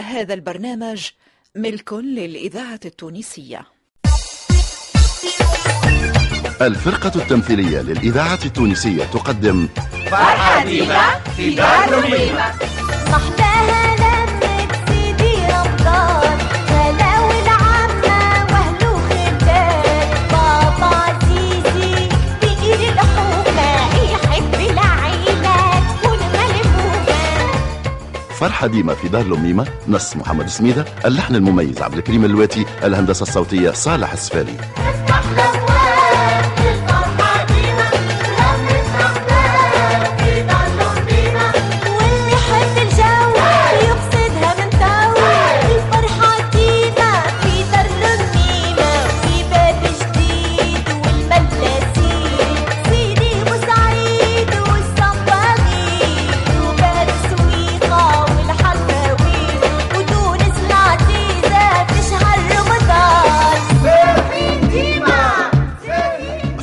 هذا البرنامج ملك للإذاعة التونسية الفرقة التمثيلية للإذاعة التونسية تقدم حبيبة في دار الرميمة صحبها لمت سيدي رمضان غلاوي العمة واهله خدام بابا عزيزي بإيد الحكمة يحب العيلة تكون ملمومة فرحة ديمة في دار لميمة نص محمد سميدة اللحن المميز عبد الكريم اللواتي الهندسة الصوتية صالح السفاري افتح الأبواب للفرحة ديما لمت صحبها في دار لميمة واللي يحب الجو يقصدها من تو الفرحة ديما في دار لميمة في باب جديد والمبلسين سيدي بوسعيد والصباغين وباريس ويقا والحلاوين وتونس العزيزة تشهر رمضان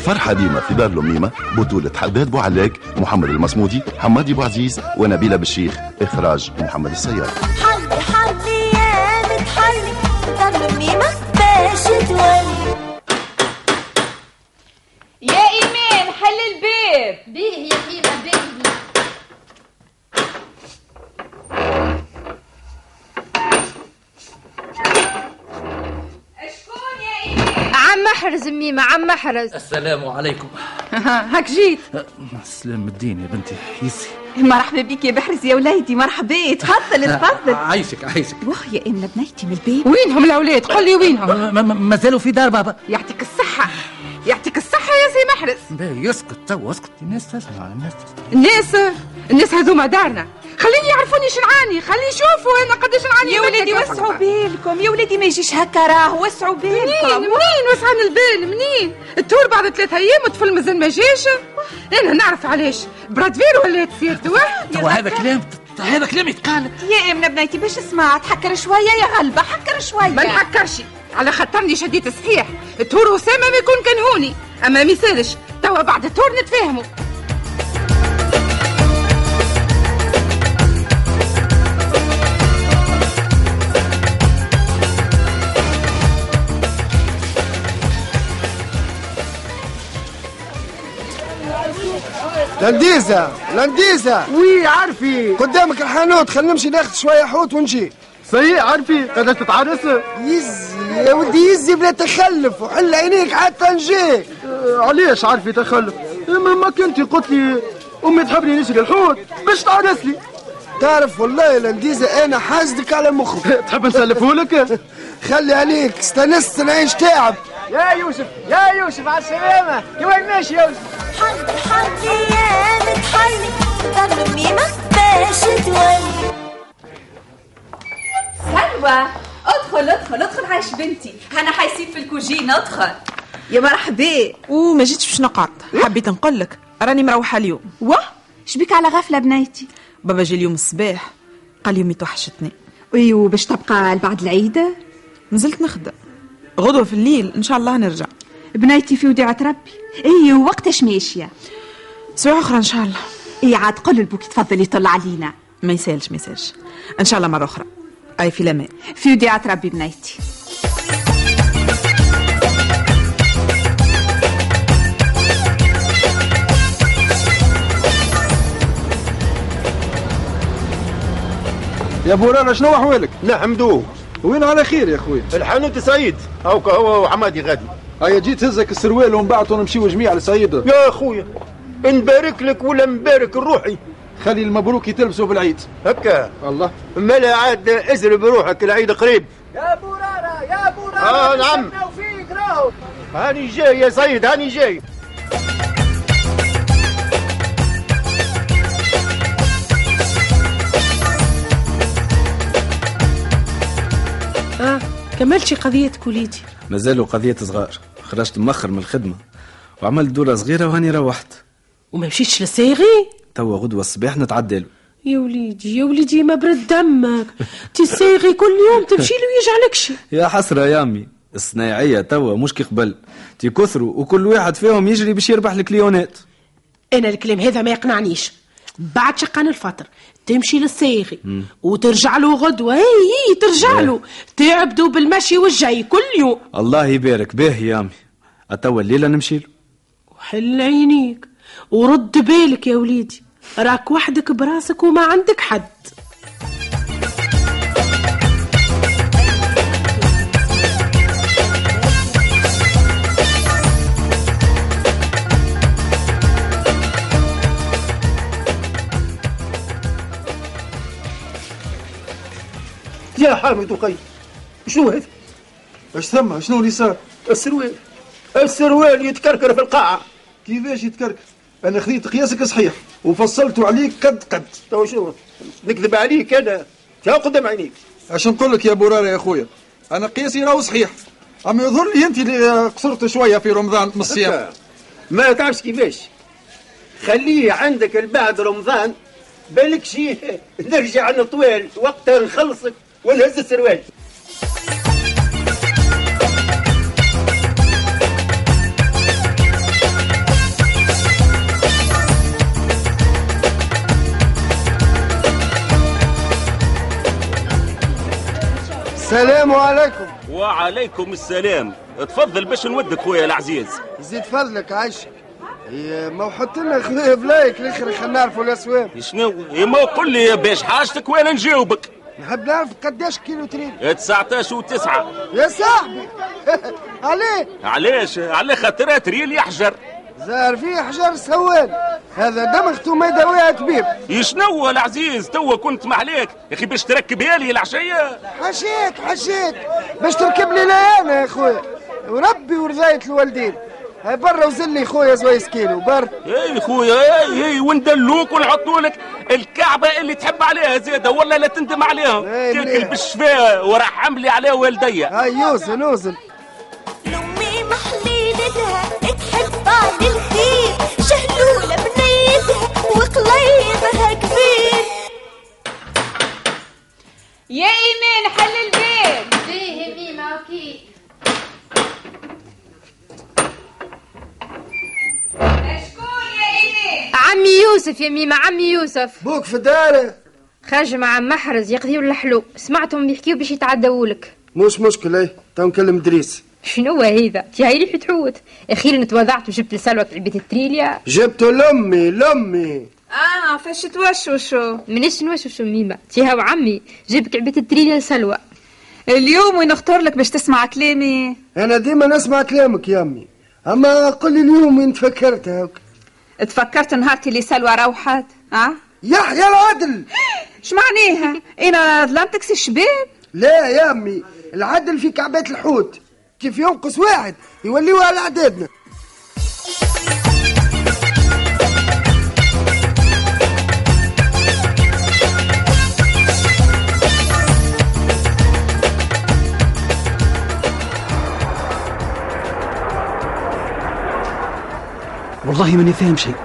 فرحة ديمة في دار لميمة بطولة حداد بوعلاق محمد المصمودي حمادي بوعزيز ونبيلة بالشيخ إخراج محمد السيار حلي حلي يا متحلي دم ميمك باش تولي يا إيمان حل الباب بيه يا حبيبة بيه شكون يا إيمان عم احرز ميمة عم احرز السلام عليكم هاك جيت سلام الدين يا بنتي يسي مرحبا بك يا بحرز يا وليدي مرحبا تفضل تفضل عايشك عايشك وخي ان بنيتي من البيت وينهم الاولاد قل لي وينهم ما زالوا في دار بابا يعطيك الصحه يعطيك الصحه يا سي محرز يسكت تو اسكت الناس تسمع الناس تسمع الناس الناس هذوما دارنا خليني يعرفوني شنعاني خلي يشوفوا انا قداش نعاني يا منك وليدي وسعوا بالكم يا وليدي ما يجيش هكا راه وسعوا منين بالكم إيه، منين وسعان البال منين التور بعد ثلاثة ايام وطفل مازال ما جاش انا نعرف علاش براد فير ولا سيرتو تو هذا كلام تو هذا كلام يتقال يا امنا بنيتي باش اسمع تحكر شويه يا غلبه حكر شويه ما نحكرش على خاطرني شديت صحيح التور وسامه ما يكون كان هوني اما ما يسالش توا بعد التور نتفاهموا لنديزة لنديزة وي عارفي قدامك الحانوت خلينا نمشي ناخذ شوية حوت ونجي سي عارفي قداش تتعرس يزي يا ودي يزي بلا تخلف وحل عينيك حتى نجي آه، علاش عارفي تخلف آه، ما ما كنت قلت لي امي تحبني نشري الحوت باش تعرس لي تعرف والله يا لنديزة أنا حاسدك على مخك تحب نسلفه لك خلي عليك استنست نعيش تعب يا يوسف يا يوسف على السلامه يا وين ماشي يا يوسف حلي حلي يا متحلي دم ميمك باش تولي سلوى ادخل ادخل ادخل عايش بنتي انا حيسيب في الكوجينة ادخل يا مرحبا اوه ما جيتش باش نقعد حبيت نقول لك راني مروحه اليوم واه شبيك على غفله بنيتي بابا جا اليوم الصباح قال يومي توحشتني ايوا أيوه، باش تبقى لبعد العيد نزلت نخدم غدوه في الليل ان شاء الله نرجع بنيتي في وديعه ربي اي وقتاش ماشيه سواء اخرى ان شاء الله اي عاد قول لبوك تفضل يطل علينا ما يسالش ما يسالش ان شاء الله مره اخرى اي في لما في وديعه ربي بنيتي يا بورانا شنو احوالك نحمدوه وين على خير يا خويا الحانوت سعيد هاوكا هو وعمادي غادي هيا جيت هزك السروال ومن بعد نمشيو جميع لسيدة يا خويا نبارك لك ولا نبارك روحي خلي المبروك يتلبسوا بالعيد هكا الله ملا عاد ازر بروحك العيد قريب يا بورارة يا بورارة، آه، نعم. نستناو فيك راهو هاني جاي يا سيد هاني جاي اه كملتي قضية كوليتي مازالوا قضية صغار خرجت مأخر من الخدمة وعملت دورة صغيرة وهاني روحت وما مشيتش للصايغي توا غدوة الصباح نتعدى له يا وليدي يا وليدي ما برد دمك تي الصايغي كل يوم تمشي له ويجعلكش يا حسرة يا أمي الصنايعية توا مش كي قبل تكثروا وكل واحد فيهم يجري باش يربح الكليونات انا الكلام هذا ما يقنعنيش بعد شقان الفطر تمشي للصاغي وترجع له غدوه هي هي ترجع له تعبدوا بالمشي والجاي كل يوم الله يبارك باهي يا امي اتوا الليله نمشي له وحل عينيك ورد بالك يا وليدي راك وحدك براسك وما عندك حد يا حامد وخي شنو هذا؟ اش ثم شنو اللي صار؟ السروال السروال يتكركر في القاعة كيفاش يتكركر؟ أنا خذيت قياسك صحيح وفصلته عليك قد قد تو شنو؟ نكذب عليك أنا تو قدام عينيك اش نقول لك يا برارة يا خويا انا قياسي راهو صحيح اما يظهر لي انت اللي قصرت شويه في رمضان من الصيام ما تعرفش كيفاش خليه عندك بعد رمضان بالك شي نرجع نطوال وقتها نخلصك ونهز السروال السلام عليكم وعليكم السلام تفضل باش نودك خويا العزيز زيد فضلك عايش هي ما وحط لنا خذيه بلايك الاخر خلينا نعرفوا الاسواق شنو ما قول لي باش حاجتك وانا نجاوبك نحب نعرف قداش كيلو تريد 19 وتسعة يا صاحبي عليه علاش على خاطرات ريال يحجر زار فيه حجر سوال هذا دمغته ما يداويها طبيب شنو العزيز توا كنت معليك يا اخي باش تركبها لي العشيه حشيت حشيت باش تركب لي لا انا يا خويا وربي ورضاية الوالدين هاي برا وزلني خويا زويس كيلو برا اي خويا اي اي إيه، وندلوك ونحطولك الكعبه اللي تحب عليها زياده والله لا تندم عليها تاكل بالشفاء ورحم لي عليها والديا هاي يوزن يوزن محليلتها تحب بعد الخير شهلولة بنيتها وقليبها كبير يا ايمان حل الباب باهي ميمة اوكي عمي يوسف يا ميمة عمي يوسف بوك في الدار خرج مع عم محرز يقضيوا اللحلو سمعتهم يحكيوا باش يتعدوا لك مش مشكل اي تو نكلم ادريس شنو هذا تي هاي ريحة حوت اخيرا تواضعت وجبت لسلوى علبة التريليا جبته لامي لامي آه، اه فاش توشوشو منيش نوشوشو ميمة تي هاو عمي جيبك علبة التريليا لسلوى اليوم وين اختار لك باش تسمع كلامي انا ديما نسمع كلامك يا امي اما قل لي اليوم وين تفكرت هاك تفكرت نهارتي اللي سلوى روحت اه يحيى العدل اش معناها انا ظلمتك سي الشباب لا يا امي العدل في كعبات الحوت كيف ينقص واحد يوليوها على اعدادنا والله ماني فاهم شيء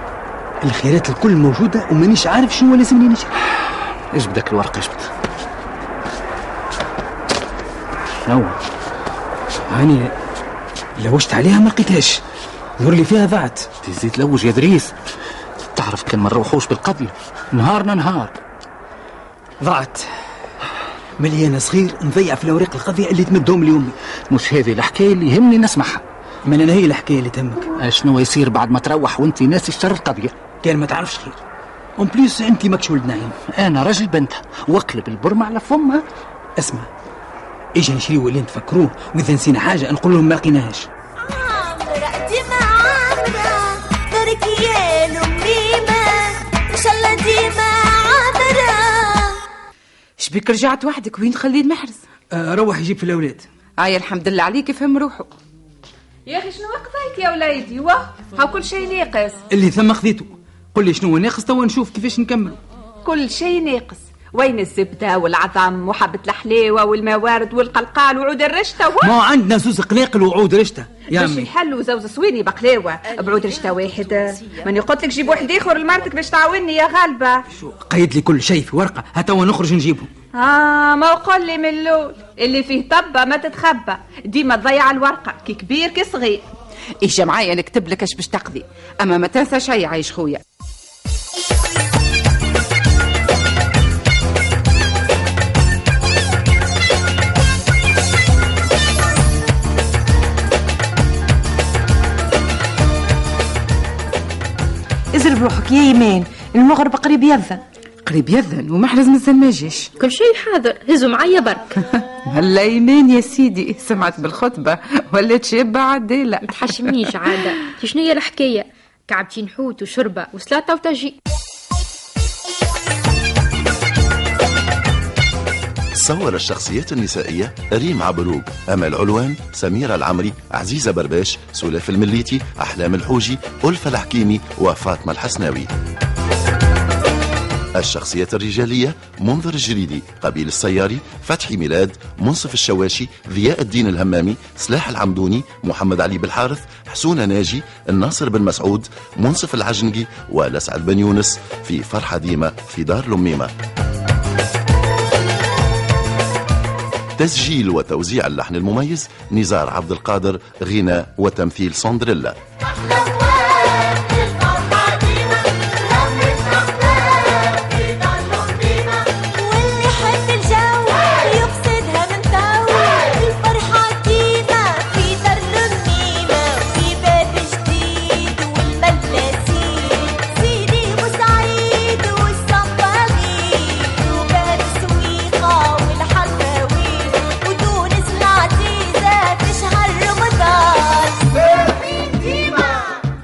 الخيرات الكل موجوده ومانيش عارف شنو لازمني نشري اجبد ذاك الورق اجبد شنو هاني لوشت عليها ما لقيتهاش يور لي فيها ضاعت تزيد لوج يا دريس تعرف كان ما نروحوش بالقبل نهارنا نهار ضاعت ملي انا صغير نضيع في الاوراق القضيه اللي تمدهم ليومي مش هذه الحكايه اللي يهمني نسمعها من انا هي الحكايه اللي تهمك شنو يصير بعد ما تروح وانت ناسي شر القضيه كان ما تعرفش خير اون بليس انت ماكش ولد نايم انا راجل بنتها واقلب البرمه على فمها اسمع ايش نشريو اللي نتفكروه واذا نسينا حاجه نقول لهم ما لقيناهاش عمرة دي ما عمرة دارك يا لميمة إن شاء الله دي ما عمرة شبيك رجعت وحدك وين خليد محرز آه روح يجيب في الاولاد هاي الحمد لله عليك يفهم روحه يا اخي شنو قضيت يا وليدي واه ها كل شيء ناقص اللي ثم خذيته قل لي شنو هو ناقص توا نشوف كيفاش نكمل كل شيء ناقص وين الزبدة والعظم وحبة الحلاوة والموارد والقلقال وعود الرشتة و... ما هو عندنا زوز قلاقل وعود رشته يا باش امي يحلوا زوز سويني بقلاوة بعود رشتة واحد ماني قلت لك جيب واحد آخر لمرتك باش تعاوني يا غالبة قيد لي كل شيء في ورقه ها توا نخرج نجيبهم آه ما قل لي من اللول اللي فيه طبة ما تتخبى ديما تضيع الورقة كي كبير كي صغير اجا إيه، معايا نكتب لك اش باش تقضي اما ما تنسى شي عايش خويا روحك يا ايمان المغرب قريب يذن قريب يذن ومحرز مازال ما جاش كل شيء حاضر هزوا معايا برك هلا ايمان يا سيدي سمعت بالخطبه ولات شابه عديله ما تحشمنيش عاده شنو هي الحكايه كعبتين حوت وشربه وسلاطه وتجي صور الشخصيات النسائية ريم عبروق أمل علوان سميرة العمري عزيزة برباش سلاف المليتي أحلام الحوجي ألفة الحكيمي وفاطمة الحسناوي الشخصيات الرجالية منذر الجريدي قبيل السياري فتحي ميلاد منصف الشواشي ضياء الدين الهمامي سلاح العمدوني محمد علي بالحارث حسون ناجي الناصر بن مسعود منصف العجنقي ولسعد بن يونس في فرحة ديمة في دار لميمة تسجيل وتوزيع اللحن المميز نزار عبد القادر غناء وتمثيل سندريلا واللي يحب الجو يقصدها من تو الفرحة ديما في دار النميمة في باب جديد والملاسيل سيدي بوسعيد والصباغيد وباب سويقة والحلاوين وتونس العزيزة تشهر رمضان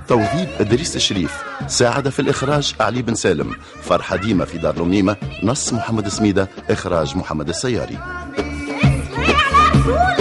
توظيف إدريس الشريف ساعد في الإخراج علي بن سالم فرحة ديمة في دار لميمة نص محمد سميدة إخراج محمد السياري Cool.